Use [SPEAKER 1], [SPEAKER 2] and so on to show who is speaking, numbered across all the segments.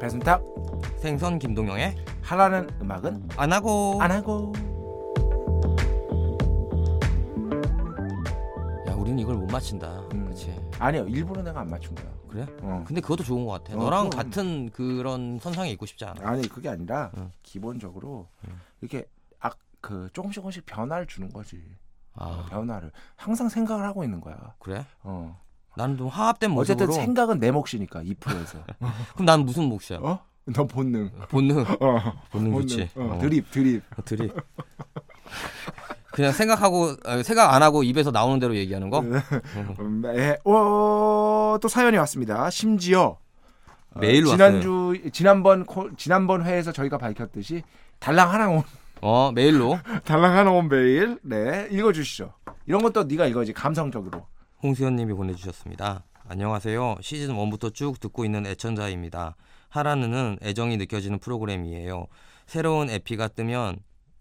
[SPEAKER 1] 배순탁
[SPEAKER 2] 생선 김동영의
[SPEAKER 1] 하라는 음악은
[SPEAKER 2] 안 하고
[SPEAKER 1] 안 하고
[SPEAKER 2] 야 우리는 이걸 못 맞힌다
[SPEAKER 1] 음.
[SPEAKER 2] 그치
[SPEAKER 1] 아니요 일부러 내가 안 맞춘 거야.
[SPEAKER 2] 그래?
[SPEAKER 1] 어.
[SPEAKER 2] 근데 그것도 좋은 것
[SPEAKER 1] 어,
[SPEAKER 2] 같아 너랑
[SPEAKER 1] 그럼.
[SPEAKER 2] 같은 그런 선상에 있고 싶지 않아
[SPEAKER 1] 아니 그게 아니라
[SPEAKER 2] 응.
[SPEAKER 1] 기본적으로
[SPEAKER 2] 어.
[SPEAKER 1] 이렇게 아 그 조금씩 조금씩 변화를 주는 거지.
[SPEAKER 2] 아
[SPEAKER 1] 변화를 항상 생각을 하고 있는 거야.
[SPEAKER 2] 그래?
[SPEAKER 1] 어.
[SPEAKER 2] 나는 좀 하합된 모습으로
[SPEAKER 1] 어쨌든 생각은 내 몫이니까 2%에서.
[SPEAKER 2] 그럼 난 무슨 몫이야
[SPEAKER 1] 어? 너 본능.
[SPEAKER 2] 본능
[SPEAKER 1] 어.
[SPEAKER 2] 본능 좋지
[SPEAKER 1] 어.
[SPEAKER 2] 어.
[SPEAKER 1] 드립 드립.
[SPEAKER 2] 드립. 그냥 생각하고 아, 생각 안 하고 입에서 나오는 대로 얘기하는 거.
[SPEAKER 1] 음, 예. 오, 또 사연이 왔습니다. 심지어 어,
[SPEAKER 2] 매일
[SPEAKER 1] 지난주 지난번 코- 지난번 회에서 저희가 밝혔듯이 달랑 하나 온
[SPEAKER 2] 어 메일로
[SPEAKER 1] 달랑 하나 온 메일. 네. 읽어 주시죠. 이런 것도 네가 읽어야지 감성적으로.
[SPEAKER 2] 홍수연님이 보내주셨습니다. 안녕하세요. 시즌 1부터 쭉 듣고 있는 애청자입니다. 하라는은 애정이 느껴지는 프로그램이에요. 새로운 에피가 뜨면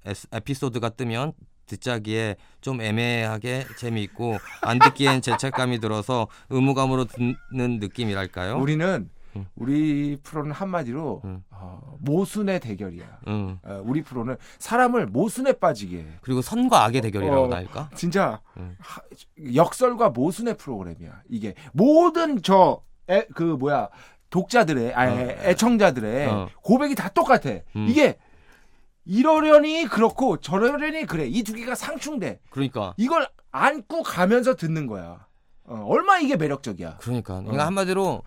[SPEAKER 2] 에스- 에피소드가 뜨면 듣자기에 좀 애매하게 재미있고 안 듣기엔 죄책감이 들어서 의무감으로 듣는 느낌이랄까요?
[SPEAKER 1] 우리는
[SPEAKER 2] 음.
[SPEAKER 1] 우리 프로는 한마디로
[SPEAKER 2] 음.
[SPEAKER 1] 어, 모순의 대결이야.
[SPEAKER 2] 음.
[SPEAKER 1] 어, 우리 프로는 사람을 모순에 빠지게 해.
[SPEAKER 2] 그리고 선과 악의 대결이라고
[SPEAKER 1] 어.
[SPEAKER 2] 나 할까?
[SPEAKER 1] 진짜
[SPEAKER 2] 음.
[SPEAKER 1] 하- 역설과 모순의 프로그램이야. 이게 모든 저 그 뭐야 독자들의 아
[SPEAKER 2] 어.
[SPEAKER 1] 애청자들의
[SPEAKER 2] 어.
[SPEAKER 1] 고백이 다 똑같아.
[SPEAKER 2] 음.
[SPEAKER 1] 이게 이러려니 그렇고 저러려니 그래. 이 두 개가 상충돼.
[SPEAKER 2] 그러니까
[SPEAKER 1] 이걸 안고 가면서 듣는 거야. 어, 얼마 이게 매력적이야.
[SPEAKER 2] 그러니까
[SPEAKER 1] 어.
[SPEAKER 2] 그러니까 한마디로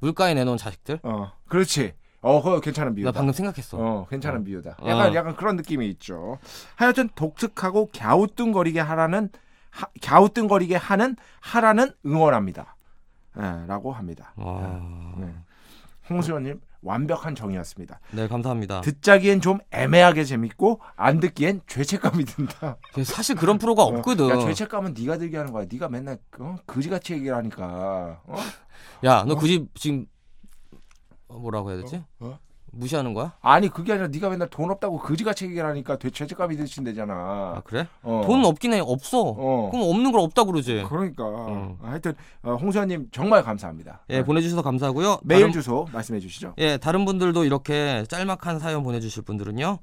[SPEAKER 2] 물가에 내놓은 자식들
[SPEAKER 1] 어, 그렇지. 어, 그거 괜찮은
[SPEAKER 2] 나
[SPEAKER 1] 비유다.
[SPEAKER 2] 방금 생각했어
[SPEAKER 1] 어, 괜찮은
[SPEAKER 2] 어.
[SPEAKER 1] 비유다.
[SPEAKER 2] 어.
[SPEAKER 1] 약간 약간 그런 느낌이 있죠. 하여튼 독특하고 갸우뚱거리게 하라는 하, 갸우뚱거리게 하는 하라는 응원합니다. 예, 라고 합니다.
[SPEAKER 2] 와.
[SPEAKER 1] 네. 홍수연님 완벽한 정의였습니다.
[SPEAKER 2] 네 감사합니다
[SPEAKER 1] 듣자기엔 좀 애매하게 재밌고 안 듣기엔 죄책감이 든다.
[SPEAKER 2] 사실 그런 프로가 없거든
[SPEAKER 1] 어. 야, 죄책감은 네가 들게 하는 거야. 네가 맨날 어? 그지같이 얘기를 하니까. 어?
[SPEAKER 2] 야 너 굳이 지금 어, 뭐라고 해야 되지
[SPEAKER 1] 어?
[SPEAKER 2] 무시하는 거야
[SPEAKER 1] 아니 그게 아니라 네가 맨날 돈 없다고 그지같이 얘기를 하니까 되- 죄책감이
[SPEAKER 2] 아
[SPEAKER 1] 드신대잖아.
[SPEAKER 2] 그래
[SPEAKER 1] 어.
[SPEAKER 2] 돈 없긴 해 없어
[SPEAKER 1] 어.
[SPEAKER 2] 그럼 없는 걸 없다 그러지
[SPEAKER 1] 그러니까
[SPEAKER 2] 음.
[SPEAKER 1] 하여튼 어, 홍수연님 정말 감사합니다.
[SPEAKER 2] 예
[SPEAKER 1] 어.
[SPEAKER 2] 보내주셔서 감사하고요
[SPEAKER 1] 메일
[SPEAKER 2] 다른-
[SPEAKER 1] 주소 말씀해 주시죠.
[SPEAKER 2] 예 다른 분들도 이렇게 짤막한 사연 보내주실 분들은요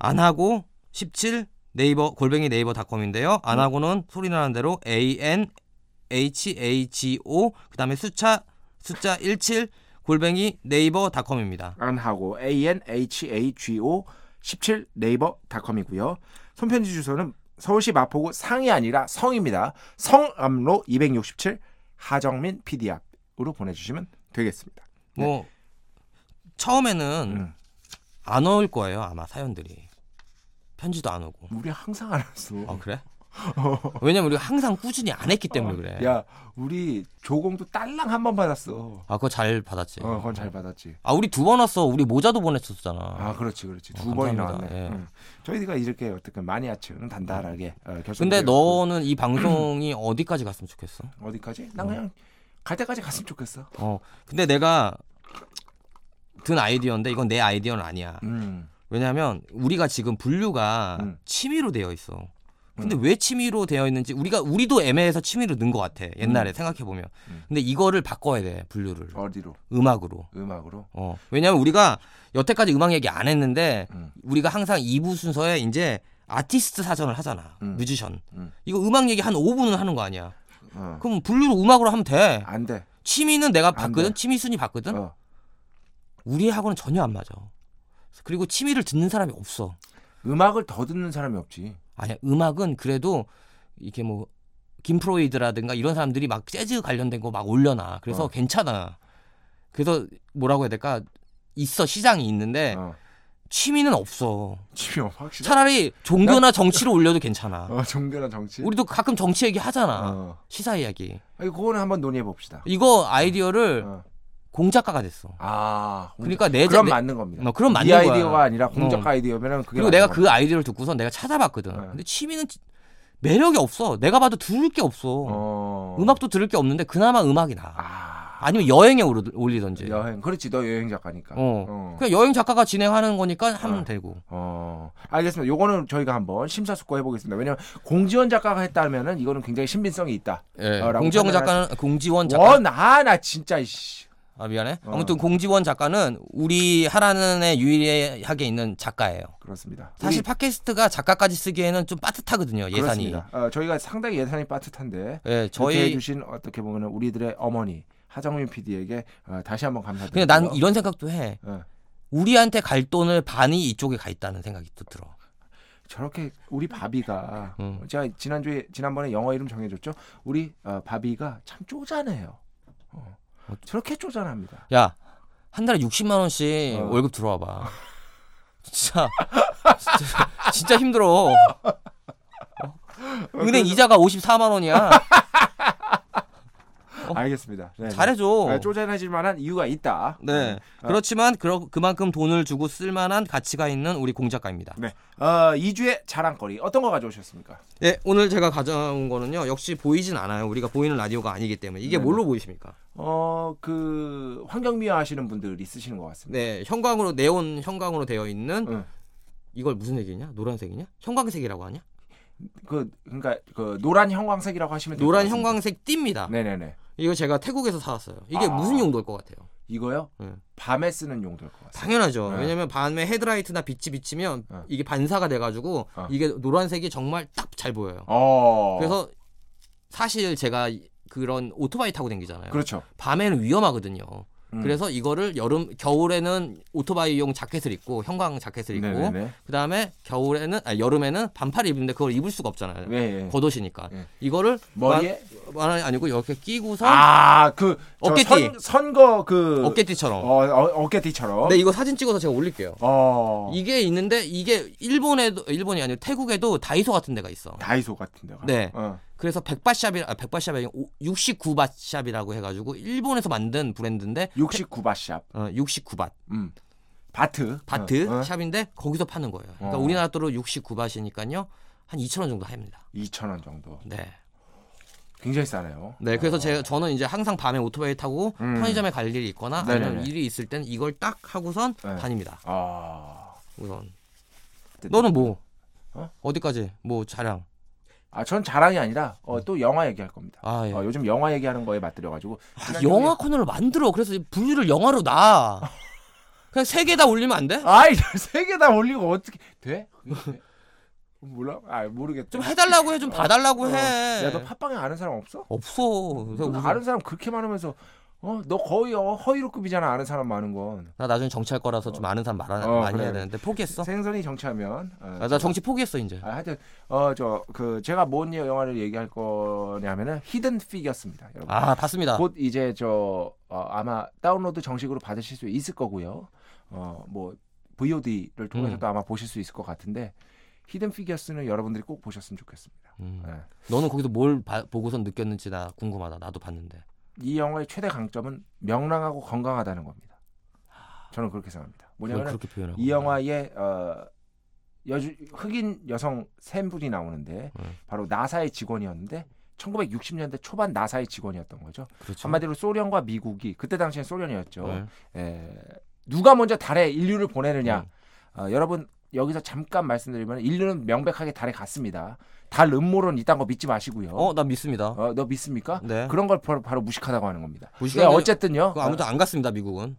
[SPEAKER 2] 안 하고 17 네이버 골뱅이 네이버 닷컴인데요 안 하고는 소리 나는 대로 A N H A G O 그다음에 숫자 숫자 17 골뱅이 네이버 닷컴입니다.
[SPEAKER 1] 안하고 a n h a g o 17 네이버닷컴이고요. 손편지 주소는 서울시 마포구 상이 아니라 성입니다. 성암로 267 하정민 PD 앞으로 보내주시면 되겠습니다.
[SPEAKER 2] 뭐
[SPEAKER 1] 네.
[SPEAKER 2] 처음에는
[SPEAKER 1] 음.
[SPEAKER 2] 안 올 거예요 아마 사연들이 편지도 안 오고.
[SPEAKER 1] 우리 항상 안 왔어.
[SPEAKER 2] 아 그래? 왜냐면 우리가 항상 꾸준히 안 했기 때문에 그래.
[SPEAKER 1] 야, 우리 조공도 딸랑 한 번 받았어.
[SPEAKER 2] 아 그거 잘 받았지.
[SPEAKER 1] 어, 그건 잘 받았지.
[SPEAKER 2] 아 우리 두 번 왔어. 우리 모자도 보냈었잖아.
[SPEAKER 1] 아, 그렇지, 그렇지.
[SPEAKER 2] 어,
[SPEAKER 1] 두 번이나 왔네.
[SPEAKER 2] 감사합니다. 예.
[SPEAKER 1] 응. 저희가 이렇게 어떻게 마니아층 단단하게 어, 결
[SPEAKER 2] 음. 근데 너는 이 방송이 어디까지 갔으면 좋겠어?
[SPEAKER 1] 어디까지? 뭐. 난 그냥 갈 때까지 갔으면 좋겠어.
[SPEAKER 2] 어. 근데 내가 든 아이디어인데 이건 내 아이디어는 아니야.
[SPEAKER 1] 음.
[SPEAKER 2] 왜냐하면 우리가 지금 분류가
[SPEAKER 1] 음.
[SPEAKER 2] 취미로 되어 있어. 근데 왜 취미로 되어 있는지 우리가 우리도 애매해서 취미로 넣은 것 같아. 옛날에 생각해 보면.
[SPEAKER 1] 음.
[SPEAKER 2] 근데 이거를 바꿔야 돼 분류를
[SPEAKER 1] 어디로?
[SPEAKER 2] 음악으로.
[SPEAKER 1] 음악으로.
[SPEAKER 2] 어. 왜냐면 우리가 여태까지 음악 얘기 안 했는데
[SPEAKER 1] 음.
[SPEAKER 2] 우리가 항상 2부 순서에 이제 아티스트 사전을 하잖아.
[SPEAKER 1] 음.
[SPEAKER 2] 뮤지션.
[SPEAKER 1] 음.
[SPEAKER 2] 이거 음악 얘기 한 5분은 하는 거 아니야.
[SPEAKER 1] 어.
[SPEAKER 2] 그럼 분류로 음악으로 하면 돼.
[SPEAKER 1] 안 돼.
[SPEAKER 2] 취미는 내가
[SPEAKER 1] 안 돼.
[SPEAKER 2] 봤거든. 취미 순위 봤거든.
[SPEAKER 1] 어.
[SPEAKER 2] 우리하고는 전혀 안 맞아. 그리고 취미를 듣는 사람이 없어.
[SPEAKER 1] 음악을 더 듣는 사람이 없지.
[SPEAKER 2] 아니야 음악은 그래도 이게 뭐 김프로이드라든가 이런 사람들이 막 재즈 관련된 거 막 올려놔. 그래서
[SPEAKER 1] 어.
[SPEAKER 2] 괜찮아. 그래서 뭐라고 해야 될까? 있어 시장이 있는데
[SPEAKER 1] 어.
[SPEAKER 2] 취미는 없어.
[SPEAKER 1] 취미 확실히.
[SPEAKER 2] 차라리 종교나 정치로 올려도 괜찮아.
[SPEAKER 1] 어, 종교나 정치.
[SPEAKER 2] 우리도 가끔 정치 얘기 하잖아.
[SPEAKER 1] 어.
[SPEAKER 2] 시사 이야기.
[SPEAKER 1] 아니, 그거는 한번 논의해 봅시다.
[SPEAKER 2] 이거 아이디어를
[SPEAKER 1] 어.
[SPEAKER 2] 공작가가 됐어.
[SPEAKER 1] 아,
[SPEAKER 2] 그러니까 내
[SPEAKER 1] 그럼
[SPEAKER 2] 내-
[SPEAKER 1] 맞는 겁니다.
[SPEAKER 2] 어, 그럼
[SPEAKER 1] 이
[SPEAKER 2] 맞는 거야.
[SPEAKER 1] 아이디어가 아니라 공적
[SPEAKER 2] 어.
[SPEAKER 1] 아이디어면은 그게
[SPEAKER 2] 그리고
[SPEAKER 1] 맞는
[SPEAKER 2] 내가
[SPEAKER 1] 겁니다.
[SPEAKER 2] 그 아이디어를 듣고선 내가 찾아봤거든.
[SPEAKER 1] 어.
[SPEAKER 2] 근데 취미는 지- 매력이 없어. 내가 봐도 들을 게 없어.
[SPEAKER 1] 어.
[SPEAKER 2] 음악도 들을 게 없는데 그나마 음악이 나.
[SPEAKER 1] 아.
[SPEAKER 2] 아니면 여행에 오르- 올리든지.
[SPEAKER 1] 여행. 그렇지. 너 여행 작가니까.
[SPEAKER 2] 어.
[SPEAKER 1] 어.
[SPEAKER 2] 그냥 여행 작가가 진행하는 거니까 하면
[SPEAKER 1] 어.
[SPEAKER 2] 되고.
[SPEAKER 1] 어, 알겠습니다. 요거는 저희가 한번 심사숙고해 보겠습니다. 왜냐면 공지원 작가가 했다면은 이거는 굉장히 신빙성이 있다.
[SPEAKER 2] 예.
[SPEAKER 1] 어, 라고
[SPEAKER 2] 공지원
[SPEAKER 1] 판단할
[SPEAKER 2] 작가는 공지원 작가.
[SPEAKER 1] 원, 아, 나 진짜, 이씨.
[SPEAKER 2] 아 미안해.
[SPEAKER 1] 어.
[SPEAKER 2] 아무튼 공지원 작가는 우리 하라는의 유일하게 있는 작가예요.
[SPEAKER 1] 그렇습니다.
[SPEAKER 2] 사실
[SPEAKER 1] 우리-
[SPEAKER 2] 팟캐스트가 작가까지 쓰기에는 좀 빠듯하거든요. 예산이.
[SPEAKER 1] 그렇습니다. 어, 저희가 상당히 예산이 빠듯한데
[SPEAKER 2] 예,
[SPEAKER 1] 저희
[SPEAKER 2] 저희
[SPEAKER 1] 해주신 어떻게 보면 우리들의 어머니 하정민 PD에게 어, 다시 한번
[SPEAKER 2] 근데
[SPEAKER 1] 감사드립니다.
[SPEAKER 2] 그러니까 난 이런 생각도 해.
[SPEAKER 1] 어.
[SPEAKER 2] 우리한테 갈 돈을 반이 이쪽에 가 있다는 생각이 또 들어.
[SPEAKER 1] 저렇게 우리 바비가 어,
[SPEAKER 2] 음.
[SPEAKER 1] 제가 지난주에 지난번에 영어 이름 정해줬죠. 우리 어, 바비가 참 쪼잔해요. 어. 저렇게 쪼잔합니다.
[SPEAKER 2] 야, 한 달에 60만 원씩
[SPEAKER 1] 어.
[SPEAKER 2] 월급 들어와 봐. 진짜, 진짜 진짜 힘들어. 어? 은행 이자가 54만 원이야. 어?
[SPEAKER 1] 알겠습니다. 네, 네.
[SPEAKER 2] 잘해줘.
[SPEAKER 1] 아, 쪼잔해질 만한 이유가 있다.
[SPEAKER 2] 어. 네. 그렇지만 그러, 그만큼 돈을 주고 쓸 만한 가치가 있는 우리 공작가입니다.
[SPEAKER 1] 네. 어, 2주의 자랑거리 어떤 거 가져오셨습니까?
[SPEAKER 2] 예, 오늘 제가 가져온 거는요. 역시 보이진 않아요. 우리가 보이는 라디오가 아니기 때문에 이게
[SPEAKER 1] 네네.
[SPEAKER 2] 뭘로 보이십니까?
[SPEAKER 1] 어, 그 환경미화 하시는 분들 있으시는 것 같습니다.
[SPEAKER 2] 네, 형광으로 네온 형광으로 되어 있는
[SPEAKER 1] 응.
[SPEAKER 2] 이걸 무슨 색이냐? 노란색이냐? 형광색이라고 하냐?
[SPEAKER 1] 그 그러니까 그 노란 형광색이라고 하시면 될것
[SPEAKER 2] 노란
[SPEAKER 1] 같습니다.
[SPEAKER 2] 형광색 띠입니다.
[SPEAKER 1] 네네네.
[SPEAKER 2] 이거 제가 태국에서 사왔어요. 이게
[SPEAKER 1] 아.
[SPEAKER 2] 무슨 용도일 것 같아요?
[SPEAKER 1] 이거요?
[SPEAKER 2] 네.
[SPEAKER 1] 밤에 쓰는 용도일 것 같습니다.
[SPEAKER 2] 당연하죠.
[SPEAKER 1] 네.
[SPEAKER 2] 왜냐면 밤에 헤드라이트나 빛이 비치면
[SPEAKER 1] 네.
[SPEAKER 2] 이게 반사가 돼가지고
[SPEAKER 1] 어.
[SPEAKER 2] 이게 노란색이 정말 딱 잘 보여요.
[SPEAKER 1] 어.
[SPEAKER 2] 그래서 사실 제가 그런 오토바이 타고 다니잖아요.
[SPEAKER 1] 그렇죠.
[SPEAKER 2] 밤에는 위험하거든요.
[SPEAKER 1] 음.
[SPEAKER 2] 그래서 이거를 여름 겨울에는 오토바이용 자켓을 입고 형광 자켓을 입고
[SPEAKER 1] 네네네.
[SPEAKER 2] 그다음에 겨울에는 아니, 여름에는 반팔을 입는데 그걸 입을 수가 없잖아요.
[SPEAKER 1] 예, 예.
[SPEAKER 2] 겉옷이니까
[SPEAKER 1] 네.
[SPEAKER 2] 이거를
[SPEAKER 1] 머리에
[SPEAKER 2] 만, 만 아니고 이렇게 끼고서
[SPEAKER 1] 아그
[SPEAKER 2] 어깨띠.
[SPEAKER 1] 선, 선거 그
[SPEAKER 2] 어깨띠처럼.
[SPEAKER 1] 어, 어, 어깨띠처럼.
[SPEAKER 2] 근데 이거 사진 찍어서 제가 올릴게요.
[SPEAKER 1] 어.
[SPEAKER 2] 이게 있는데 이게 일본에도 일본이 아니고 태국에도 다이소 같은 데가 있어.
[SPEAKER 1] 다이소 같은 데가.
[SPEAKER 2] 네.
[SPEAKER 1] 어.
[SPEAKER 2] 그래서 백바샵이 아 백바샵이 아니고 오- 69바샵이라고 해가지고 일본에서 만든 브랜드인데
[SPEAKER 1] 69바 샵.
[SPEAKER 2] 어, 69바
[SPEAKER 1] 음. 바트.
[SPEAKER 2] 바트
[SPEAKER 1] 어, 어.
[SPEAKER 2] 샵인데 거기서 파는 거예요. 그러니까
[SPEAKER 1] 어.
[SPEAKER 2] 우리나라 돈으로 69바시니까요. 한 2천 원 정도 합니다.
[SPEAKER 1] 2,000원 정도.
[SPEAKER 2] 네.
[SPEAKER 1] 굉장히 싸네요.
[SPEAKER 2] 네. 그래서 제가 저는 이제 항상 밤에 오토바이 타고
[SPEAKER 1] 어. 음.
[SPEAKER 2] 편의점에 갈 일이 있거나 아니면
[SPEAKER 1] 네네네.
[SPEAKER 2] 일이 있을 땐 이걸 딱 하고선
[SPEAKER 1] 네.
[SPEAKER 2] 다닙니다.
[SPEAKER 1] 아.
[SPEAKER 2] 우선. 너는 뭐?
[SPEAKER 1] 네. 어?
[SPEAKER 2] 어디까지? 뭐 자랑.
[SPEAKER 1] 아, 전 자랑이 아니라
[SPEAKER 2] 음.
[SPEAKER 1] 어, 또 영화 얘기할 겁니다.
[SPEAKER 2] 아, 예.
[SPEAKER 1] 어, 요즘 영화 얘기하는 거에 맞들여 가지고 그
[SPEAKER 2] 아, 영화 코너를 만들어. 그래서 분류를 영화로 놔. 그냥 세 개 다 올리면 안 돼?
[SPEAKER 1] 아이 세 개 다 올리고 어떻게 돼? 그게 돼? 음, 몰라? 아 모르겠다.
[SPEAKER 2] 좀 해달라고 해, 좀 봐달라고 해.
[SPEAKER 1] 어. 야너 팟빵에 아는 사람 없어?
[SPEAKER 2] 없어. 그래서
[SPEAKER 1] 너
[SPEAKER 2] 무슨-
[SPEAKER 1] 아는 사람 그렇게 많으면서 어 너 거의 어, 허위로급이잖아 아는 사람 많은 건.
[SPEAKER 2] 나 나중에 정치할 거라서 좀 아는 사람 말
[SPEAKER 1] 어,
[SPEAKER 2] 많이 해야
[SPEAKER 1] 그래.
[SPEAKER 2] 되는데 포기했어.
[SPEAKER 1] 생선이 정치하면. 어,
[SPEAKER 2] 아, 나 정치 포기했어 이제.
[SPEAKER 1] 아, 하여튼 어저 그 제가 뭔 영화를 얘기할 거냐면은 히든 피겨스입니다, 여러분.
[SPEAKER 2] 아 봤습니다.
[SPEAKER 1] 곧 이제 저 어, 아마 다운로드 정식으로 받으실 수 있을 거고요. 어 뭐 VOD를 통해서도
[SPEAKER 2] 음.
[SPEAKER 1] 아마 보실 수 있을 것 같은데 히든 피겨스는 여러분들이 꼭 보셨으면 좋겠습니다.
[SPEAKER 2] 음.
[SPEAKER 1] 예.
[SPEAKER 2] 너는 거기서 뭘 봐- 보고선 느꼈는지 나 궁금하다. 나도 봤는데.
[SPEAKER 1] 이 영화의 최대 강점은 명랑하고 건강하다는 겁니다. 저는 그렇게 생각합니다.
[SPEAKER 2] 왜
[SPEAKER 1] 뭐냐면
[SPEAKER 2] 네, 그렇게 표현하고?
[SPEAKER 1] 이 영화에 어, 여주, 흑인 여성 샘 분이 나오는데
[SPEAKER 2] 음.
[SPEAKER 1] 바로 나사의 직원이었는데 1960년대 초반 나사의 직원이었던 거죠.
[SPEAKER 2] 그렇죠.
[SPEAKER 1] 한마디로 소련과 미국이 그때 당시엔 소련이었죠. 에,
[SPEAKER 2] 네.
[SPEAKER 1] 예. 누가 먼저 달에 인류를 보내느냐.
[SPEAKER 2] 음.
[SPEAKER 1] 어, 여러분 여기서 잠깐 말씀드리면 인류는 명백하게 달에 갔습니다. 달 음모론 이딴 거 믿지 마시고요.
[SPEAKER 2] 어, 나 믿습니다.
[SPEAKER 1] 어, 너 믿습니까?
[SPEAKER 2] 네.
[SPEAKER 1] 그런 걸 바로, 바로 무식하다고 하는 겁니다. 네,
[SPEAKER 2] 무식하게-
[SPEAKER 1] 어쨌든요.
[SPEAKER 2] 그거 아무도 안 갔습니다 미국은.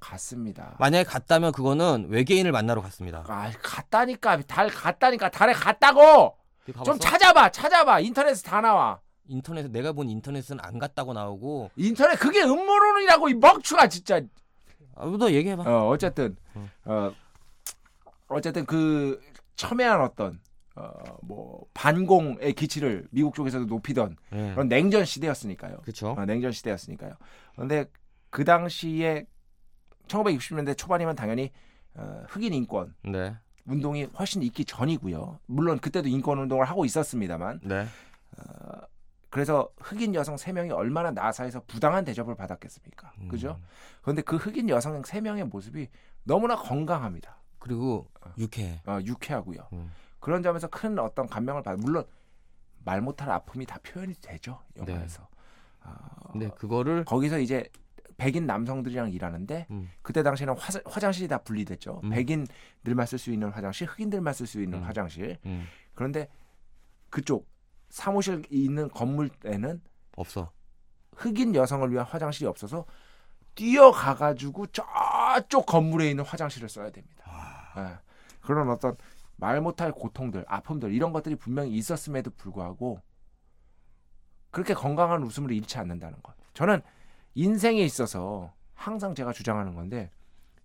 [SPEAKER 1] 갔습니다.
[SPEAKER 2] 만약에 갔다면 그거는 외계인을 만나러 갔습니다.
[SPEAKER 1] 아, 갔다니까 달 갔다니까 달에 갔다고
[SPEAKER 2] 가봤어?
[SPEAKER 1] 좀 찾아봐 찾아봐 인터넷에 다 나와
[SPEAKER 2] 인터넷 내가 본 인터넷은 안 갔다고 나오고.
[SPEAKER 1] 인터넷 그게 음모론이라고 이 멍충아 진짜
[SPEAKER 2] 아, 너 얘기해봐.
[SPEAKER 1] 어 어쨌든
[SPEAKER 2] 음.
[SPEAKER 1] 어 어쨌든 그 첨예한 어떤 어뭐 반공의 기치를 미국 쪽에서도 높이던
[SPEAKER 2] 네.
[SPEAKER 1] 그런 냉전 시대였으니까요.
[SPEAKER 2] 그렇죠.
[SPEAKER 1] 어, 냉전 시대였으니까요. 그런데 그 당시에 1960년대 초반이면 당연히 어, 흑인 인권
[SPEAKER 2] 네.
[SPEAKER 1] 운동이 훨씬 있기 전이고요. 물론 그때도 인권 운동을 하고 있었습니다만
[SPEAKER 2] 네.
[SPEAKER 1] 그래서 흑인 여성 세명이 얼마나 나사에서 부당한 대접을 받았겠습니까? 그죠?
[SPEAKER 2] 음.
[SPEAKER 1] 그런데 그 흑인 여성 세명의 모습이 너무나 건강합니다.
[SPEAKER 2] 그리고 유쾌해.
[SPEAKER 1] 어, 유쾌하고요.
[SPEAKER 2] 음.
[SPEAKER 1] 그런 점에서 큰 어떤 감명을 받. 물론 말 못할 아픔이 다 표현이 되죠 영화에서. 아,
[SPEAKER 2] 근데 그거를
[SPEAKER 1] 거기서 이제 백인 남성들이랑 일하는데
[SPEAKER 2] 네. 음.
[SPEAKER 1] 그때 당시에는 화, 화장실이 다 분리됐죠.
[SPEAKER 2] 음.
[SPEAKER 1] 백인들만 쓸 수 있는 화장실, 흑인들만 쓸 수 있는
[SPEAKER 2] 음.
[SPEAKER 1] 화장실.
[SPEAKER 2] 음.
[SPEAKER 1] 그런데 그쪽 사무실 있는 건물에는
[SPEAKER 2] 없어.
[SPEAKER 1] 흑인 여성을 위한 화장실이 없어서 뛰어가 가지고 저쪽 건물에 있는 화장실을 써야 됩니다. 예. 그런 어떤 말 못할 고통들, 아픔들 이런 것들이 분명히 있었음에도 불구하고 그렇게 건강한 웃음을 잃지 않는다는 것. 저는 인생에 있어서 항상 제가 주장하는 건데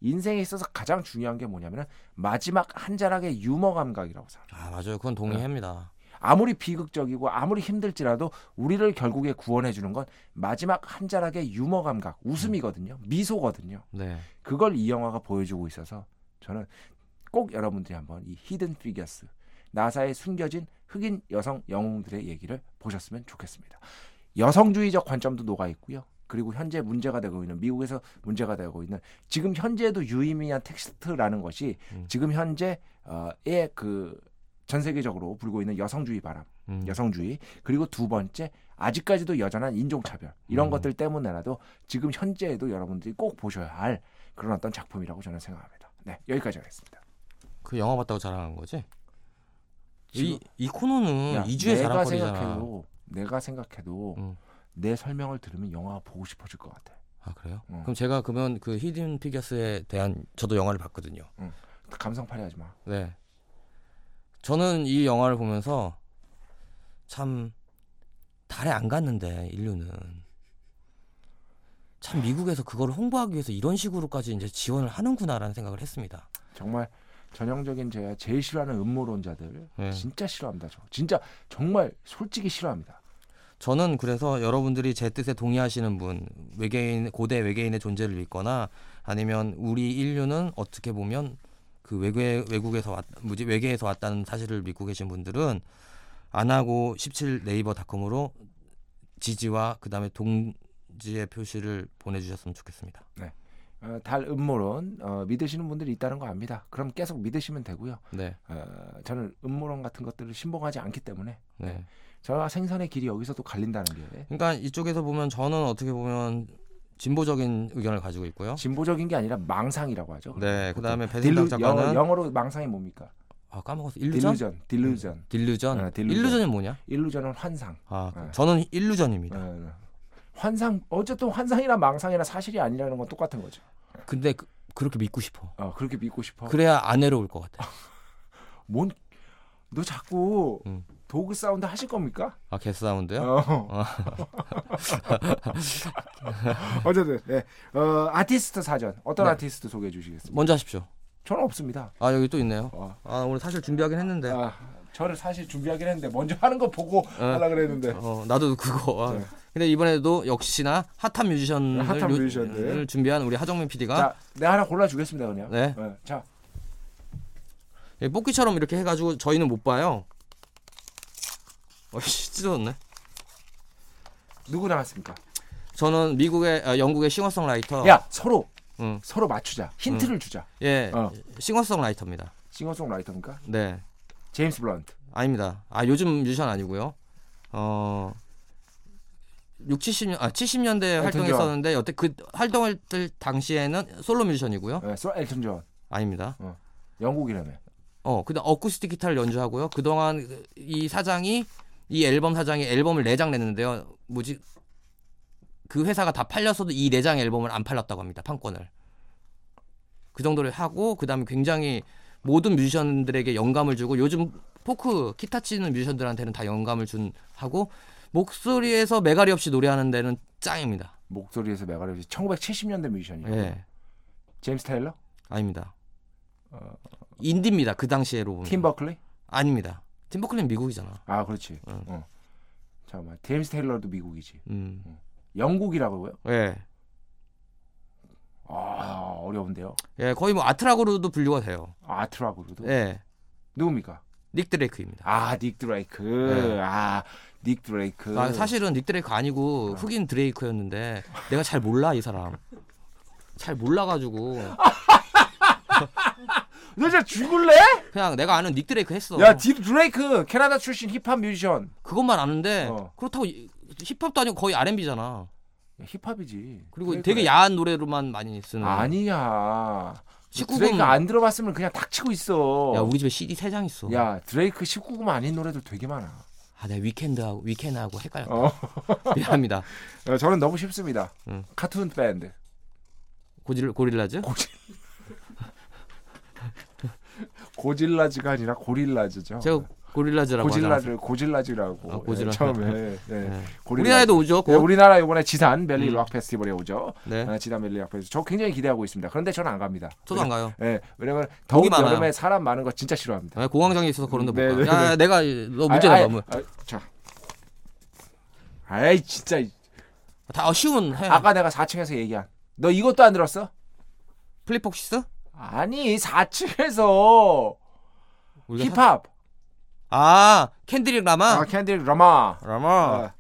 [SPEAKER 1] 인생에 있어서 가장 중요한 게 뭐냐면 마지막 한 자락의 유머 감각이라고 생각해요.
[SPEAKER 2] 아 맞아요. 그건 동의합니다.
[SPEAKER 1] 아무리 비극적이고 아무리 힘들지라도 우리를 결국에 구원해 주는 건 마지막 한 자락의 유머 감각, 웃음이거든요. 미소거든요.
[SPEAKER 2] 네.
[SPEAKER 1] 그걸 이 영화가 보여주고 있어서 저는 꼭 여러분들이 한번 이 히든 피겨스 나사에 숨겨진 흑인 여성 영웅들의 얘기를 보셨으면 좋겠습니다. 여성주의적 관점도 녹아 있고요. 그리고 현재 문제가 되고 있는 미국에서 문제가 되고 있는 지금 현재에도 유의미한 텍스트라는 것이
[SPEAKER 2] 음.
[SPEAKER 1] 지금 현재의 그 전 세계적으로 불고 있는 여성주의 바람
[SPEAKER 2] 음.
[SPEAKER 1] 여성주의 그리고 두 번째 아직까지도 여전한 인종차별 이런
[SPEAKER 2] 음.
[SPEAKER 1] 것들 때문에라도 지금 현재에도 여러분들이 꼭 보셔야 할 그런 어떤 작품이라고 저는 생각합니다. 네 여기까지 하겠습니다.
[SPEAKER 2] 그 영화 봤다고 자랑한 거지?
[SPEAKER 1] 지금-
[SPEAKER 2] 이, 음, 이 코너는
[SPEAKER 1] 야,
[SPEAKER 2] 2주에
[SPEAKER 1] 내가
[SPEAKER 2] 자랑거리잖아.
[SPEAKER 1] 생각해도 내가 생각해도
[SPEAKER 2] 음.
[SPEAKER 1] 내 설명을 들으면 영화 보고 싶어질 것 같아.
[SPEAKER 2] 아 그래요?
[SPEAKER 1] 음.
[SPEAKER 2] 그럼 제가 그러면 그 히든 피겨스에 대한 저도 영화를 봤거든요.
[SPEAKER 1] 감성 팔이하지 마.
[SPEAKER 2] 네. 저는 이 영화를 보면서 참 달에 안 갔는데 인류는 참 미국에서 그걸 홍보하기 위해서 이런 식으로까지 이제 지원을 하는구나라는 생각을 했습니다.
[SPEAKER 1] 정말 전형적인 제가 제일 싫어하는 음모론자들
[SPEAKER 2] 네.
[SPEAKER 1] 진짜 싫어합니다. 저 진짜 정말 솔직히 싫어합니다.
[SPEAKER 2] 저는 그래서 여러분들이 제 뜻에 동의하시는 분, 외계인 고대 외계인의 존재를 믿거나 아니면 우리 인류는 어떻게 보면 그 외국에 외국에서 왔, 무지 외계에서 왔다는 사실을 믿고 계신 분들은 안 하고 17 네이버닷컴으로 지지와 그다음에 동지의 표시를 보내주셨으면 좋겠습니다.
[SPEAKER 1] 어, 달 음모론 어, 믿으시는 분들이 있다는 거 압니다. 그럼 계속 믿으시면 되고요.
[SPEAKER 2] 네,
[SPEAKER 1] 어, 저는 음모론 같은 것들을 신봉하지 않기 때문에
[SPEAKER 2] 네.
[SPEAKER 1] 저와 생선의 길이 여기서도 갈린다는 게
[SPEAKER 2] 그러니까 이쪽에서 보면 저는 어떻게 보면 진보적인 의견을 가지고 있고요.
[SPEAKER 1] 진보적인 게 아니라 망상이라고 하죠.
[SPEAKER 2] 네, 그다음에 배승탁
[SPEAKER 1] 딜루, 영어,
[SPEAKER 2] 작가는
[SPEAKER 1] 영어로 망상이 뭡니까?
[SPEAKER 2] 아 까먹었어. 일루전?
[SPEAKER 1] 딜루전, 딜루전,
[SPEAKER 2] 딜루전.
[SPEAKER 1] 네, 딜루전.
[SPEAKER 2] 일루전이 뭐냐?
[SPEAKER 1] 일루전은 환상.
[SPEAKER 2] 아,
[SPEAKER 1] 네.
[SPEAKER 2] 저는 일루전입니다.
[SPEAKER 1] 어, 환상 어쨌든 환상이나 망상이나 사실이 아니라는 건 똑같은 거죠.
[SPEAKER 2] 근데 그, 그렇게 믿고 싶어.
[SPEAKER 1] 어, 그렇게 믿고 네. 싶어. 어.
[SPEAKER 2] 그래야 안 외로울 것 같아.
[SPEAKER 1] 뭔? 너 자꾸
[SPEAKER 2] 음.
[SPEAKER 1] 도그 사운드 하실 겁니까?
[SPEAKER 2] 아, 개사운드요?
[SPEAKER 1] 어. 어쨌든 네. 어, 아티스트 사전 어떤
[SPEAKER 2] 네.
[SPEAKER 1] 아티스트 소개해 주시겠습니까?
[SPEAKER 2] 먼저 하십시오.
[SPEAKER 1] 저는 없습니다.
[SPEAKER 2] 아, 여기 또 있네요.
[SPEAKER 1] 어.
[SPEAKER 2] 아, 오늘 사실 준비하긴 했는데.
[SPEAKER 1] 아, 저를 사실 준비하긴 했는데 먼저 하는 거 보고 하려 그랬는데
[SPEAKER 2] 어, 나도 그거. 아.
[SPEAKER 1] 네.
[SPEAKER 2] 근데 이번에도 역시나 핫한 뮤지션을
[SPEAKER 1] 핫한
[SPEAKER 2] 요-
[SPEAKER 1] 뮤지션들.
[SPEAKER 2] 준비한 우리 하정민 PD가
[SPEAKER 1] 자, 내가 하나 골라 주겠습니다 그냥.
[SPEAKER 2] 네. 예,
[SPEAKER 1] 어, 자,
[SPEAKER 2] 뽑기처럼 이렇게 해 가지고 저희는 못 봐요. 어이씨, 찢어졌네.
[SPEAKER 1] 누구 나왔습니까?
[SPEAKER 2] 저는 미국의 아, 영국의 싱어송라이터
[SPEAKER 1] 야, 서로
[SPEAKER 2] 응.
[SPEAKER 1] 서로 맞추자. 힌트를 주자.
[SPEAKER 2] 예.
[SPEAKER 1] 어.
[SPEAKER 2] 싱어송라이터입니다.
[SPEAKER 1] 싱어송라이터입니까?
[SPEAKER 2] 네.
[SPEAKER 1] 제임스 블런트.
[SPEAKER 2] 아닙니다. 아 요즘 뮤지션 아니고요. 어 6, 70년 아 70년대
[SPEAKER 1] 엘튼
[SPEAKER 2] 활동했었는데 여태 그 활동할 때 당시에는 솔로 뮤지션이고요.
[SPEAKER 1] 네, 소 엘튼 존.
[SPEAKER 2] 아닙니다.
[SPEAKER 1] 영국이라며.
[SPEAKER 2] 어 근데 어쿠스틱 기타를 연주하고요. 그동안 이 사장이 이 앨범 사장이 앨범을 4장 냈는데요. 뭐지 그 회사가 다 팔렸어도 이 4장 앨범을 안 팔렸다고 합니다. 판권을. 그 정도를 하고 그다음에 굉장히 모든 뮤지션들에게 영감을 주고 요즘 포크 기타 치는 뮤지션들한테는 다 영감을 준 하고 목소리에서 메가리 없이 노래하는 데는 짱입니다.
[SPEAKER 1] 목소리에서 메가를 1970년대 뮤지션이요.
[SPEAKER 2] 예.
[SPEAKER 1] 제임스 테일러?
[SPEAKER 2] 아닙니다.
[SPEAKER 1] 어.
[SPEAKER 2] 인디입니다. 그 당시에로 보면.
[SPEAKER 1] 팀 버클리?
[SPEAKER 2] 아닙니다. 팀버클린 미국이잖아.
[SPEAKER 1] 아, 그렇지.
[SPEAKER 2] 응.
[SPEAKER 1] 어. 잠깐만. 제임스 테일러도 미국이지.
[SPEAKER 2] 음.
[SPEAKER 1] 영국이라고요?
[SPEAKER 2] 예.
[SPEAKER 1] 아, 어려운데요.
[SPEAKER 2] 예, 거의 뭐 아트락으로도 분류가 돼요.
[SPEAKER 1] 아트락으로도.
[SPEAKER 2] 예,
[SPEAKER 1] 누굽니까?
[SPEAKER 2] 닉 드레이크입니다.
[SPEAKER 1] 아, 닉 드레이크.
[SPEAKER 2] 네.
[SPEAKER 1] 아, 닉 드레이크.
[SPEAKER 2] 아, 사실은 닉 드레이크 아니고 흑인 드레이크였는데 내가 잘 몰라 이 사람. 잘 몰라가지고
[SPEAKER 1] 너 진짜 죽을래?
[SPEAKER 2] 그냥 내가 아는 닉 드레이크 했어.
[SPEAKER 1] 야, 딥 드레이크 캐나다 출신 힙합 뮤지션.
[SPEAKER 2] 그것만 아는데
[SPEAKER 1] 어.
[SPEAKER 2] 그렇다고 이- 힙합도 아니고 거의 R&B잖아.
[SPEAKER 1] 힙합이지.
[SPEAKER 2] 그리고
[SPEAKER 1] 그래,
[SPEAKER 2] 되게
[SPEAKER 1] 그래.
[SPEAKER 2] 야한 노래로만 많이 쓰는.
[SPEAKER 1] 아니야.
[SPEAKER 2] 19금.
[SPEAKER 1] 아, 드레이크 안 들어봤으면 그냥 닥치고 있어.
[SPEAKER 2] 야 우리 집에 CD 세 장 있어.
[SPEAKER 1] 야, 드레이크 19금 아닌 노래들 되게 많아.
[SPEAKER 2] 아 내가 위켄드하고 위켄하고 헷갈렸다.
[SPEAKER 1] 어.
[SPEAKER 2] 미안합니다.
[SPEAKER 1] 어, 저는 너무 쉽습니다.
[SPEAKER 2] 음.
[SPEAKER 1] 카툰 밴드.
[SPEAKER 2] 고질 고릴라즈?
[SPEAKER 1] 어. 고질라즈가 아니라 고릴라즈죠.
[SPEAKER 2] 제가 고릴라즈라고 하잖아.
[SPEAKER 1] 고질라즈를 고질라즈라고
[SPEAKER 2] 아, 고질라.
[SPEAKER 1] 예, 처음에 예,
[SPEAKER 2] 네.
[SPEAKER 1] 고릴라즈.
[SPEAKER 2] 우리나라에도 오죠.
[SPEAKER 1] 예,
[SPEAKER 2] 곧.
[SPEAKER 1] 우리나라 이번에 지산 멜리
[SPEAKER 2] 음.
[SPEAKER 1] 락 페스티벌에 오죠.
[SPEAKER 2] 네.
[SPEAKER 1] 아, 지산 멜리 락 페스티벌. 저 굉장히 기대하고 있습니다. 그런데 저는 안 갑니다.
[SPEAKER 2] 저도 안 가요.
[SPEAKER 1] 예, 왜냐면 더욱
[SPEAKER 2] 많아요.
[SPEAKER 1] 여름에 사람 많은 거 진짜 싫어합니다.
[SPEAKER 2] 아, 공황장애 있어서 그런데
[SPEAKER 1] 네,
[SPEAKER 2] 못
[SPEAKER 1] 네,
[SPEAKER 2] 가. 야, 야, 내가 너 어, 문제다 뭐.
[SPEAKER 1] 아이, 아이,
[SPEAKER 2] 너무.
[SPEAKER 1] 아이, 자, 아이 진짜 이-
[SPEAKER 2] 다 쉬운 해.
[SPEAKER 1] 아까 내가 4층에서 얘기한. 너 이것도 안 들었어?
[SPEAKER 2] 플립폭시스?
[SPEAKER 1] 아니 4층에서
[SPEAKER 2] 우리가 사-
[SPEAKER 1] 힙합.
[SPEAKER 2] 아 캔드릭 라마.
[SPEAKER 1] 아, 캔디 라마.
[SPEAKER 2] 라마.
[SPEAKER 1] 아.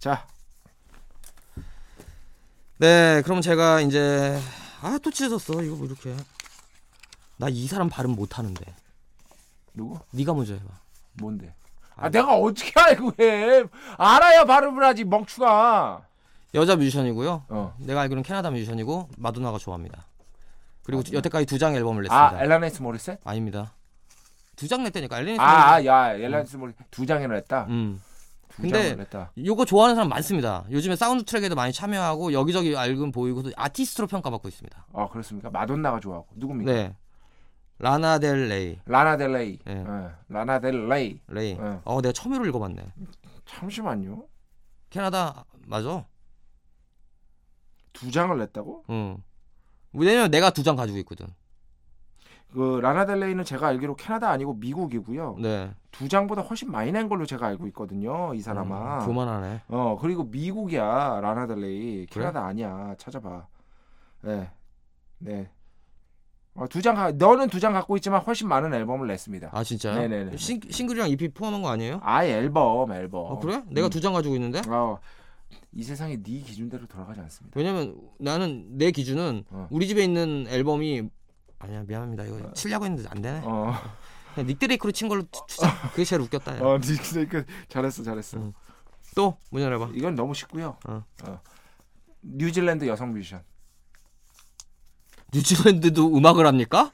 [SPEAKER 1] 자,
[SPEAKER 2] 네, 그럼 제가 이제 아 또 찢어졌어. 이거 뭐 이렇게. 나 이 사람 발음 못 하는데.
[SPEAKER 1] 누구?
[SPEAKER 2] 네가 먼저 해봐.
[SPEAKER 1] 뭔데? 아,
[SPEAKER 2] 아니.
[SPEAKER 1] 내가 어떻게 알고 해? 알아야 발음을 하지 멍충아.
[SPEAKER 2] 여자 뮤지션이고요.
[SPEAKER 1] 어.
[SPEAKER 2] 내가 알기로는 캐나다 뮤지션이고 마돈나가 좋아합니다. 그리고 여태까지 두 장 앨범을
[SPEAKER 1] 아,
[SPEAKER 2] 냈습니다.
[SPEAKER 1] 엘라네스 모리셋?
[SPEAKER 2] 아, 닙니다 두 장 냈다니까 엘리니스.
[SPEAKER 1] 아, 아, 야, 엘라네스 모리셋 두 장이나 했다.
[SPEAKER 2] 음.
[SPEAKER 1] 두
[SPEAKER 2] 근데-
[SPEAKER 1] 장이나 했다.
[SPEAKER 2] 요거 좋아하는 사람 많습니다. 요즘에 사운드 트랙에도 많이 참여하고 여기저기 알금 보이고 또 아티스트로 평가받고 있습니다.
[SPEAKER 1] 아, 그렇습니까? 마돈나가 좋아하고 누굽니까?
[SPEAKER 2] 네. 라나 델 레이.
[SPEAKER 1] 라나 델레이.
[SPEAKER 2] 예.
[SPEAKER 1] 예, 라나 델레이.
[SPEAKER 2] 레이.
[SPEAKER 1] 네.
[SPEAKER 2] 어, 내가 처음으로 읽어봤네.
[SPEAKER 1] 잠시만요.
[SPEAKER 2] 캐나다 맞아?
[SPEAKER 1] 두 장을 냈다고?
[SPEAKER 2] 응. 왜냐면 내가 두 장 가지고 있거든.
[SPEAKER 1] 그 라나 델레이는 제가 알기로 캐나다 아니고 미국이고요.
[SPEAKER 2] 네.
[SPEAKER 1] 두 장보다 훨씬 많이 낸 걸로 제가 알고 있거든요. 이 사람아.
[SPEAKER 2] 음, 교만하네.
[SPEAKER 1] 어 그리고 미국이야 라나델레이 캐나다 아니야 찾아봐 예. 네네두장 너는 두 장 갖고 있지만 훨씬 많은 앨범을 냈습니다
[SPEAKER 2] 아 진짜요?
[SPEAKER 1] 네네네.
[SPEAKER 2] 싱, 싱글이랑 EP 포함한 거 아니에요?
[SPEAKER 1] 아예 어. 음. 앨범 앨범
[SPEAKER 2] 아 그래? 내가 두 장 가지고 있는데?
[SPEAKER 1] 어이 세상이 네 기준대로 돌아가지 않습니다
[SPEAKER 2] 왜냐면 나는 내 기준은
[SPEAKER 1] 어.
[SPEAKER 2] 우리 집에 있는 앨범이 아니야 미안합니다 이거 치려고 했는데 안 되네.
[SPEAKER 1] 어어 어.
[SPEAKER 2] 그냥 닉드레이크로 친 걸로 추- 추자. 그게 제일 웃겼다. 야.
[SPEAKER 1] 그러니까 잘했어 잘했어
[SPEAKER 2] 음. 또 문열해봐.
[SPEAKER 1] 이건 너무 쉽고요
[SPEAKER 2] 어.
[SPEAKER 1] 어. 뉴질랜드 여성 뮤지션
[SPEAKER 2] 뉴질랜드도 음악을 합니까?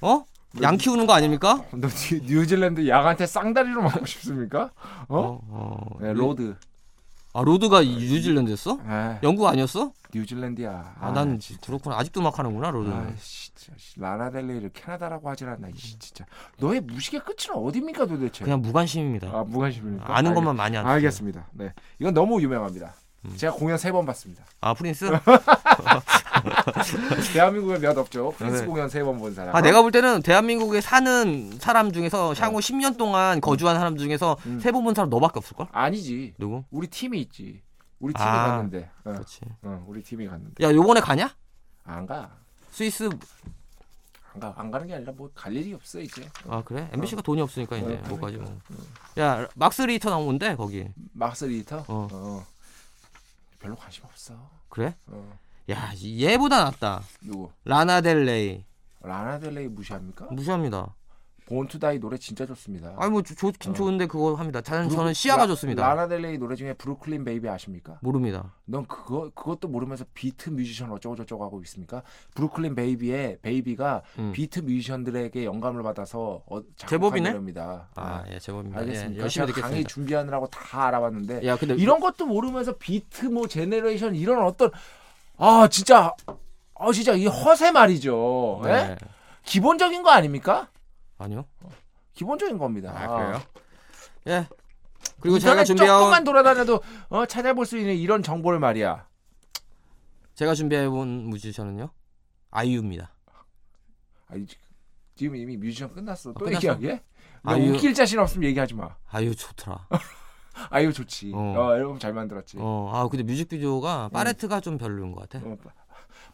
[SPEAKER 2] 어? 양 키우는 거 아닙니까?
[SPEAKER 1] 너 뉴- 뉴질랜드 양한테 쌍다리로 맞고 싶습니까 어,
[SPEAKER 2] 어.
[SPEAKER 1] 네, 로드
[SPEAKER 2] 아 로드가 이- 뉴질랜드였어?
[SPEAKER 1] 아,
[SPEAKER 2] 영국 아니었어?
[SPEAKER 1] 뉴질랜드야
[SPEAKER 2] 아, 난
[SPEAKER 1] 진짜.
[SPEAKER 2] 그렇구나. 아직도 음악 하는구나 로드.
[SPEAKER 1] 아,
[SPEAKER 2] 는
[SPEAKER 1] 씨, 진짜 씨, 라나델레이를 캐나다라고 하질 않나. 씨, 진짜 너의 무식의 끝은 어디입니까 도대체?
[SPEAKER 2] 그냥 무관심입니다.
[SPEAKER 1] 아 무관심입니까?
[SPEAKER 2] 아는
[SPEAKER 1] 알겠-
[SPEAKER 2] 것만 음. 많이 아는.
[SPEAKER 1] 알겠습니다. 네, 이건 너무 유명합니다. 제가 공연 세 번 봤습니다.
[SPEAKER 2] 아 프린스?
[SPEAKER 1] 대한민국에 몇 없죠. 프린스
[SPEAKER 2] 네.
[SPEAKER 1] 공연 세 번 본 사람.
[SPEAKER 2] 아, 내가 볼 때는 대한민국에 사는 사람 중에서 향후 10년 동안 거주한 사람 중에서
[SPEAKER 1] 어. 음.
[SPEAKER 2] 세 번 본 사람 너밖에 없을걸?
[SPEAKER 1] 아니지.
[SPEAKER 2] 누구?
[SPEAKER 1] 우리 팀이 있지. 우리 팀이
[SPEAKER 2] 아.
[SPEAKER 1] 갔는데. 어,
[SPEAKER 2] 그렇지.
[SPEAKER 1] 어, 우리 팀이 갔는데.
[SPEAKER 2] 야, 요번에 가냐?
[SPEAKER 1] 안 가.
[SPEAKER 2] 스위스
[SPEAKER 1] 안 가. 안 가는 게 아니라 뭐 갈 일이 없어 이제.
[SPEAKER 2] 아, 그래? MBC가 돈이 없으니까 이제
[SPEAKER 1] 어,
[SPEAKER 2] 못 가지 뭐. 야, 막스 리터 나오는데 거기.
[SPEAKER 1] 막스 리터.
[SPEAKER 2] 어.
[SPEAKER 1] 어. 별로 관심 없어.
[SPEAKER 2] 그래?
[SPEAKER 1] 어.
[SPEAKER 2] 야, 얘보다 낫다.
[SPEAKER 1] 누구?
[SPEAKER 2] 라나델레이.
[SPEAKER 1] 라나델레이 무시합니까?
[SPEAKER 2] 무시합니다.
[SPEAKER 1] 본투다이 노래 진짜 좋습니다.
[SPEAKER 2] 아니 뭐 좋, 좋긴
[SPEAKER 1] 어.
[SPEAKER 2] 좋은데 그거 합니다. 저는,
[SPEAKER 1] 브루-
[SPEAKER 2] 저는 시아가
[SPEAKER 1] 라-
[SPEAKER 2] 좋습니다.
[SPEAKER 1] 라나델레이 노래 중에 브루클린 베이비 아십니까?
[SPEAKER 2] 모릅니다.
[SPEAKER 1] 넌 그거 그것도 모르면서 비트 뮤지션 어쩌고 저쩌고 하고 있습니까? 브루클린 베이비의 베이비가
[SPEAKER 2] 음.
[SPEAKER 1] 비트 뮤지션들에게 영감을 받아서 어, 작곡한
[SPEAKER 2] 제법이네?
[SPEAKER 1] 노래입니다. 어.
[SPEAKER 2] 아, 예, 제법입니다. 예,
[SPEAKER 1] 알겠습니다.
[SPEAKER 2] 열심히
[SPEAKER 1] 제가 강의
[SPEAKER 2] 듣겠습니다.
[SPEAKER 1] 준비하느라고 다 알아봤는데
[SPEAKER 2] 야, 근데
[SPEAKER 1] 이런 것도 모르면서 비트 뭐 제네레이션 이런 어떤 아 진짜 아 진짜 이 허세 말이죠. 예?
[SPEAKER 2] 네.
[SPEAKER 1] 기본적인 거 아닙니까?
[SPEAKER 2] 아니요. 아,
[SPEAKER 1] 기본적인 겁니다.
[SPEAKER 2] 예. 그리고
[SPEAKER 1] 아, 인터넷
[SPEAKER 2] 제가 준비한
[SPEAKER 1] 조금만 돌아다녀도 어, 찾아볼 수 있는 이런 정보를 말이야.
[SPEAKER 2] 제가 준비해본 뮤지션은요 아이유입니다.
[SPEAKER 1] 아니 지- 지금 이미 뮤지션 끝났어. 또
[SPEAKER 2] 끝났어?
[SPEAKER 1] 얘기하게? 아,
[SPEAKER 2] 아유.
[SPEAKER 1] 웃길 자신 없으면 얘기하지 마.
[SPEAKER 2] 아이유 좋더라.
[SPEAKER 1] 네. 아유 좋지.
[SPEAKER 2] 어.
[SPEAKER 1] 어, 앨범 잘 만들었지. 어.
[SPEAKER 2] 어, 아 근데
[SPEAKER 1] 음.
[SPEAKER 2] 뮤직비디오가 파레트가 좀 별로인 것 같아.
[SPEAKER 1] 파-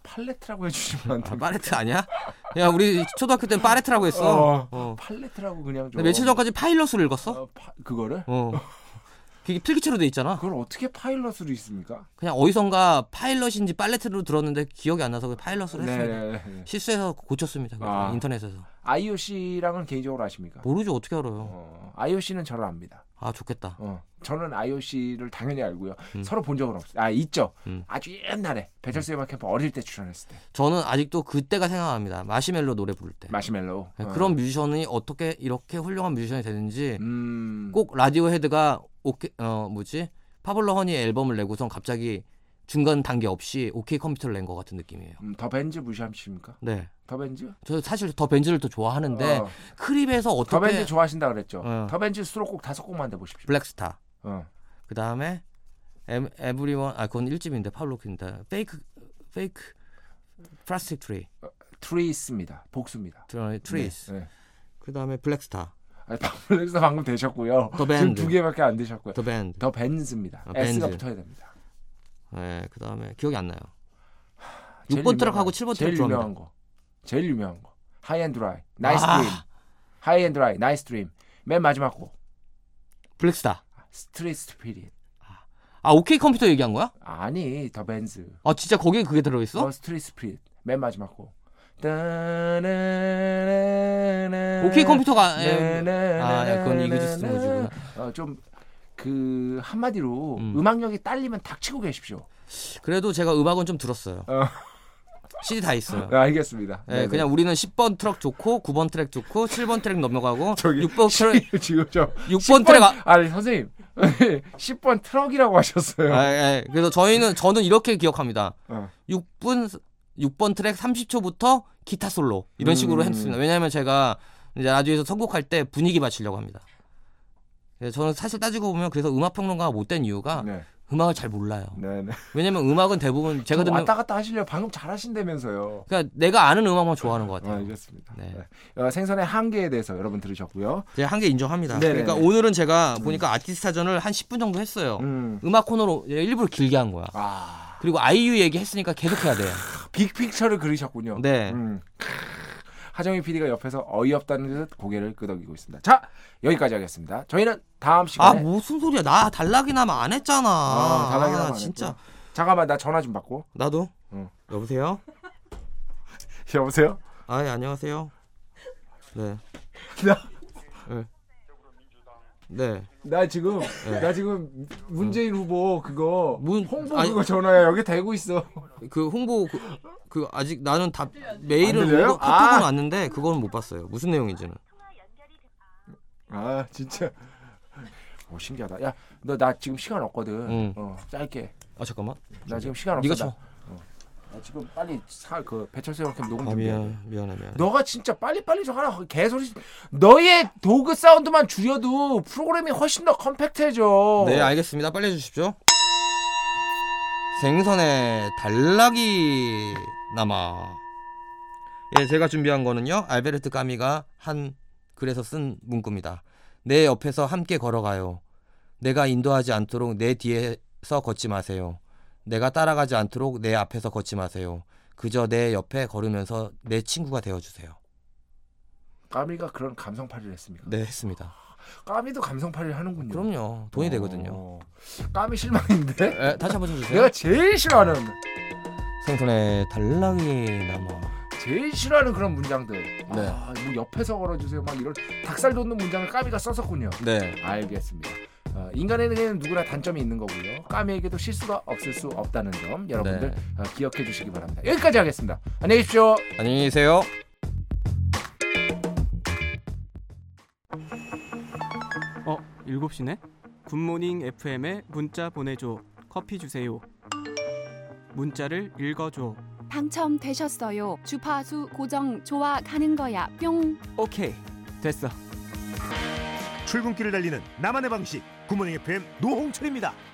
[SPEAKER 1] 팔레트라고 해주시면 안
[SPEAKER 2] 아,
[SPEAKER 1] 돼.
[SPEAKER 2] 파레트 아니야? 야 우리 초등학교 때는 파레트라고 했어.
[SPEAKER 1] 어.
[SPEAKER 2] 어.
[SPEAKER 1] 팔레트라고 그냥 좀.
[SPEAKER 2] 근데 며칠 전까지 파일럿으로 읽었어.
[SPEAKER 1] 어, 파- 그거를?
[SPEAKER 2] 어. 그게 필기체로 돼 있잖아.
[SPEAKER 1] 그걸 어떻게 파일럿으로 있습니까?
[SPEAKER 2] 그냥 어디선가 파일럿인지 팔레트로 들었는데 기억이 안 나서 그냥 파일럿으로 했습니다.
[SPEAKER 1] 네네네.
[SPEAKER 2] 실수해서 고쳤습니다. 그래서
[SPEAKER 1] 아.
[SPEAKER 2] 인터넷에서
[SPEAKER 1] 아이오 씨랑은 개인적으로 아십니까?
[SPEAKER 2] 모르죠 어떻게 알아요?
[SPEAKER 1] 어, 아이오 씨는 저를 압니다.
[SPEAKER 2] 아 좋겠다.
[SPEAKER 1] 어, 저는 IOC를 당연히 알고요.
[SPEAKER 2] 음.
[SPEAKER 1] 서로 본 적은 없어요. 아 있죠.
[SPEAKER 2] 음.
[SPEAKER 1] 아주 옛날에 배철수 음악 캠프 어릴 때 출연했을 때
[SPEAKER 2] 저는 아직도 그때가 생각납니다. 마시멜로 노래 부를 때.
[SPEAKER 1] 마시멜로
[SPEAKER 2] 네,
[SPEAKER 1] 어.
[SPEAKER 2] 그런 뮤지션이 어떻게 이렇게 훌륭한 뮤지션이 되는지
[SPEAKER 1] 음,
[SPEAKER 2] 꼭 라디오 헤드가 오케 어 뭐지 파블로 허니 앨범을 내고선 갑자기 중간 단계 없이 오케이 컴퓨터를 낸 것 같은 느낌이에요.
[SPEAKER 1] 음, 더 벤즈 무시하십니까?
[SPEAKER 2] 네,
[SPEAKER 1] 더 벤즈?
[SPEAKER 2] 저 사실 더 벤즈를 더 좋아하는데
[SPEAKER 1] 어,
[SPEAKER 2] 크립에서
[SPEAKER 1] 더
[SPEAKER 2] 네. 어떻게
[SPEAKER 1] 벤즈 좋아하신다 그랬죠.
[SPEAKER 2] 어.
[SPEAKER 1] 더 벤즈 수록곡 다섯 곡만 돼 보십시오.
[SPEAKER 2] 블랙스타
[SPEAKER 1] 어.
[SPEAKER 2] 그 다음에 에브리원 아 그건 1집인데 파블로 킨다 페이크 페이크 플라스틱 트리
[SPEAKER 1] 트리스입니다. 복수입니다.
[SPEAKER 2] 트리스
[SPEAKER 1] 네. 네.
[SPEAKER 2] 그 다음에 블랙스타
[SPEAKER 1] 아니 박블랙스 방금 되셨고요.
[SPEAKER 2] 더
[SPEAKER 1] 지금
[SPEAKER 2] 밴드
[SPEAKER 1] 두 개밖에 안 되셨고요.
[SPEAKER 2] 더 밴드
[SPEAKER 1] 더 벤즈입니다.
[SPEAKER 2] 아,
[SPEAKER 1] S가
[SPEAKER 2] 벤즈.
[SPEAKER 1] 붙어야 됩니다.
[SPEAKER 2] 네, 그 다음에 기억이 안 나요.
[SPEAKER 1] 제일
[SPEAKER 2] 6번
[SPEAKER 1] 유명한-
[SPEAKER 2] 트랙하고 7번
[SPEAKER 1] 제일
[SPEAKER 2] 트랙 좋아합니다.
[SPEAKER 1] 유명한 거. 제일 유명한 거. 하이앤드라이. 나이스
[SPEAKER 2] 아.
[SPEAKER 1] 드림. 하이앤드라이. 나이스 드림. 맨 마지막 곡.
[SPEAKER 2] 블랙스타
[SPEAKER 1] 스트레이트 피릿.
[SPEAKER 2] 아 오케이 컴퓨터 얘기한 거야?
[SPEAKER 1] 아니, 더 벤즈.
[SPEAKER 2] 아 진짜 거기에 그게 들어있어?
[SPEAKER 1] 더 스트레이트 피릿. 맨 마지막 곡. 따나나나.
[SPEAKER 2] 오케이
[SPEAKER 1] 네,
[SPEAKER 2] 컴퓨터가 에, 아
[SPEAKER 1] 나나나나나.
[SPEAKER 2] 야, 그건 이그지스 노즈구나.
[SPEAKER 1] 어, 좀그 한마디로
[SPEAKER 2] 음. 어.
[SPEAKER 1] 음. 악력이 딸리면 닥치고 계십시오.
[SPEAKER 2] 그래도 제가 음악은 좀 들었어요.
[SPEAKER 1] 어.
[SPEAKER 2] CD 다 있어요.
[SPEAKER 1] 네, 알겠습니다.
[SPEAKER 2] 예, 그냥 우리는 10번 트랙 좋고 9번 트랙 좋고 7번 트랙 넘어가고
[SPEAKER 1] 저기
[SPEAKER 2] 6번 트랙
[SPEAKER 1] 지금 저
[SPEAKER 2] 6번
[SPEAKER 1] 10번
[SPEAKER 2] 트랙 아,
[SPEAKER 1] 아니 선생님 10번 트럭이라고 하셨어요.
[SPEAKER 2] 아, 예. 그래서 저희는 저는 이렇게 기억합니다.
[SPEAKER 1] 어.
[SPEAKER 2] 6분 6번 트랙 30초부터 기타 솔로 이런 식으로
[SPEAKER 1] 음.
[SPEAKER 2] 했습니다. 왜냐하면 제가 이제 라디오에서 선곡할 때 분위기 맞추려고 합니다. 그래서 저는 사실 따지고 보면 그래서 음악 평론가가 못된 이유가
[SPEAKER 1] 네,
[SPEAKER 2] 음악을 잘 몰라요.
[SPEAKER 1] 네, 네.
[SPEAKER 2] 왜냐면 음악은 대부분 제가
[SPEAKER 1] 좀
[SPEAKER 2] 듣는
[SPEAKER 1] 왔다 갔다 하시려 방금 잘하신다면서요.
[SPEAKER 2] 그러니까 내가 아는 음악만 좋아하는 것
[SPEAKER 1] 아,
[SPEAKER 2] 같아요.
[SPEAKER 1] 알겠습니다.
[SPEAKER 2] 네.
[SPEAKER 1] 네. 어, 생선의 한계에 대해서 여러분 들으셨고요.
[SPEAKER 2] 제가 한 게 인정합니다.
[SPEAKER 1] 네네네.
[SPEAKER 2] 그러니까 오늘은 제가 보니까 아티스트 사전을 한 10분 정도 했어요.
[SPEAKER 1] 음,
[SPEAKER 2] 음악 코너로 일부러 길게 한 거야.
[SPEAKER 1] 아
[SPEAKER 2] 그리고 아이유 얘기 했으니까 계속 해야 돼요.
[SPEAKER 1] 빅픽처를 그리셨군요.
[SPEAKER 2] 네.
[SPEAKER 1] 음. 하정희 PD가 옆에서 어이없다는 듯 고개를 끄덕이고 있습니다. 자 여기까지 하겠습니다. 저희는 다음
[SPEAKER 2] 아
[SPEAKER 1] 시간에
[SPEAKER 2] 무슨 소리야? 나 달락이 나면 안 했잖아.
[SPEAKER 1] 네. 아, 달락이 나면
[SPEAKER 2] 아,
[SPEAKER 1] 안
[SPEAKER 2] 진짜.
[SPEAKER 1] 했구나. 잠깐만 나 전화 좀 받고
[SPEAKER 2] 나도.
[SPEAKER 1] 응.
[SPEAKER 2] 여보세요?
[SPEAKER 1] 여보세요.
[SPEAKER 2] 아, 예, 안녕하세요. 네. 네. 네.
[SPEAKER 1] 나 지금 나 지금 문재인 후보 그거
[SPEAKER 2] 문-
[SPEAKER 1] 홍보
[SPEAKER 2] 아니-
[SPEAKER 1] 그거 전화야 여기 되고 있어.
[SPEAKER 2] 그 홍보 그, 그 아직 나는 답
[SPEAKER 1] 안
[SPEAKER 2] 메일은
[SPEAKER 1] 들려요?
[SPEAKER 2] 오고 카톡은
[SPEAKER 1] 아.
[SPEAKER 2] 왔는데 그거는 못 봤어요. 무슨 내용인지는.
[SPEAKER 1] 아 진짜. 오 신기하다. 야 너 나 지금 시간 없거든.
[SPEAKER 2] 응.
[SPEAKER 1] 어 짧게.
[SPEAKER 2] 아 잠깐만.
[SPEAKER 1] 나 지금 시간 없어.
[SPEAKER 2] 네가
[SPEAKER 1] 나,
[SPEAKER 2] 쳐.
[SPEAKER 1] 나 지금 빨리 사그 배철수 형캠 녹음
[SPEAKER 2] 아
[SPEAKER 1] 준비해.
[SPEAKER 2] 미안 미안해 미안해.
[SPEAKER 1] 너가 진짜 빨리빨리 좀 하라 개소리 너의 도그 사운드만 줄여도 프로그램이 훨씬 더 컴팩트해져
[SPEAKER 2] 네 알겠습니다 빨리 해주십시오 생선에 달락이 남아 예 제가 준비한 거는요 알베르트 까미가 한 글에서 쓴 문구입니다 내 옆에서 함께 걸어가요 내가 인도하지 않도록 내 뒤에서 걷지 마세요 내가 따라가지 않도록 내 앞에서 걷지 마세요 그저 내 옆에 걸으면서 내 친구가 되어주세요
[SPEAKER 1] 까미가 그런 감성팔이를 했습니까
[SPEAKER 2] 네 했습니다
[SPEAKER 1] 까미도 감성팔이를 하는군요
[SPEAKER 2] 그럼요 돈이 되거든요
[SPEAKER 1] 어. 까미 실망인데
[SPEAKER 2] 예, 다시 한번 쳐주세요
[SPEAKER 1] 내가 제일 싫어하는
[SPEAKER 2] 생선에 달랑이 남아.
[SPEAKER 1] 제일 싫어하는 그런 문장들
[SPEAKER 2] 네.
[SPEAKER 1] 아, 뭐 옆에서 걸어주세요 막 이런 닭살 돋는 문장을 까미가 썼었군요
[SPEAKER 2] 네.
[SPEAKER 1] 알겠습니다. 어, 인간에게는 누구나 단점이 있는 거고요. 까미에게도 실수가 없을 수 없다는 점 여러분들
[SPEAKER 2] 네.
[SPEAKER 1] 어, 기억해 주시기 바랍니다. 여기까지 하겠습니다. 안녕히 계십시오.
[SPEAKER 2] 안녕히 계세요.
[SPEAKER 3] 어, 7시네? 굿모닝 FM에 문자 보내줘. 커피 주세요. 문자를 읽어줘.
[SPEAKER 4] 당첨되셨어요. 주파수 고정 좋아 가는 거야. 뿅.
[SPEAKER 3] 오케이. 됐어.
[SPEAKER 5] 출근길을 달리는 나만의 방식 구모닝 FM 노홍철입니다.